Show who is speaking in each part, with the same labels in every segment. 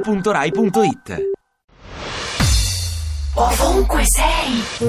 Speaker 1: radio2pod.rai.it
Speaker 2: Ovunque sei,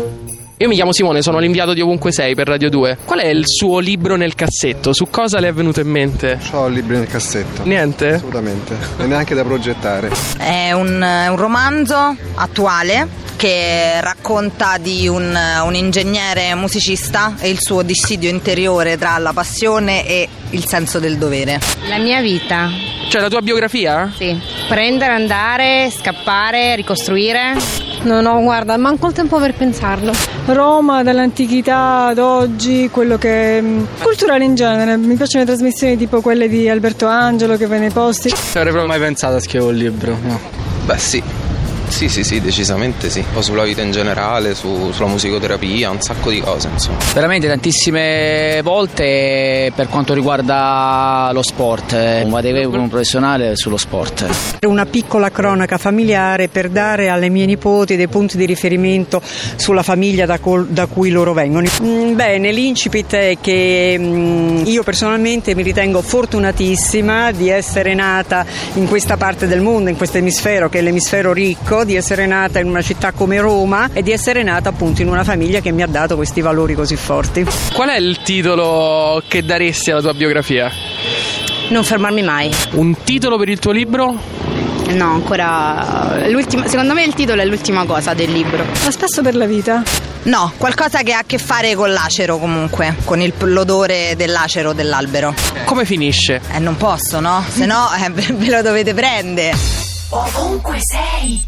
Speaker 3: Io mi chiamo Simone, sono l'inviato di Ovunque Sei per Radio 2. Qual è il suo libro nel cassetto? Su cosa le è venuto in mente?
Speaker 4: Ho il libro nel cassetto.
Speaker 3: Niente?
Speaker 4: Assolutamente. E neanche da progettare.
Speaker 5: È un, un romanzo attuale che racconta di un, un ingegnere musicista e il suo dissidio interiore tra la passione e il senso del dovere.
Speaker 6: La mia vita,
Speaker 3: Cioè la tua biografia?
Speaker 6: sì. Prendere, andare, scappare, ricostruire.
Speaker 7: No, no, guarda, manco il tempo per pensarlo.
Speaker 8: Roma dall'antichità ad oggi, quello che mh, culturale in genere. Mi piacciono le trasmissioni tipo quelle di Alberto Angelo che ve nei posti.
Speaker 3: Non avrei mai pensato a scrivere un libro, no.
Speaker 9: Beh sì, sì sì sì, decisamente sì. O sulla vita in generale, su- sulla musicoterapia, un sacco di cose insomma.
Speaker 10: Veramente tantissime volte per quanto riguarda lo sport, eh, vado a con un professionale sullo sport.
Speaker 8: Una piccola cronaca familiare per dare alle mie nipoti dei punti di riferimento sulla famiglia da, col- da cui loro vengono. Mm, bene, l'incipit è che mm, io personalmente mi ritengo fortunatissima di essere nata in questa parte del mondo, in questo emisfero che è l'emisfero ricco, di essere nata in una città come Roma e di essere nata appunto in una famiglia che mi ha dato questi valori così forti.
Speaker 3: Qual è il titolo che daresti alla tua biografia?
Speaker 6: Non fermarmi mai.
Speaker 3: Un titolo per il tuo libro?
Speaker 6: No, ancora. l'ultima- Secondo me il titolo è l'ultima cosa del libro.
Speaker 8: Ma spesso per la vita.
Speaker 5: No, qualcosa che ha a che fare con l'acero comunque, con il- l'odore dell'acero dell'albero.
Speaker 3: Come finisce?
Speaker 5: Eh, non posso, no? Se no eh, ve ve lo dovete prendere.
Speaker 2: ovunque sei.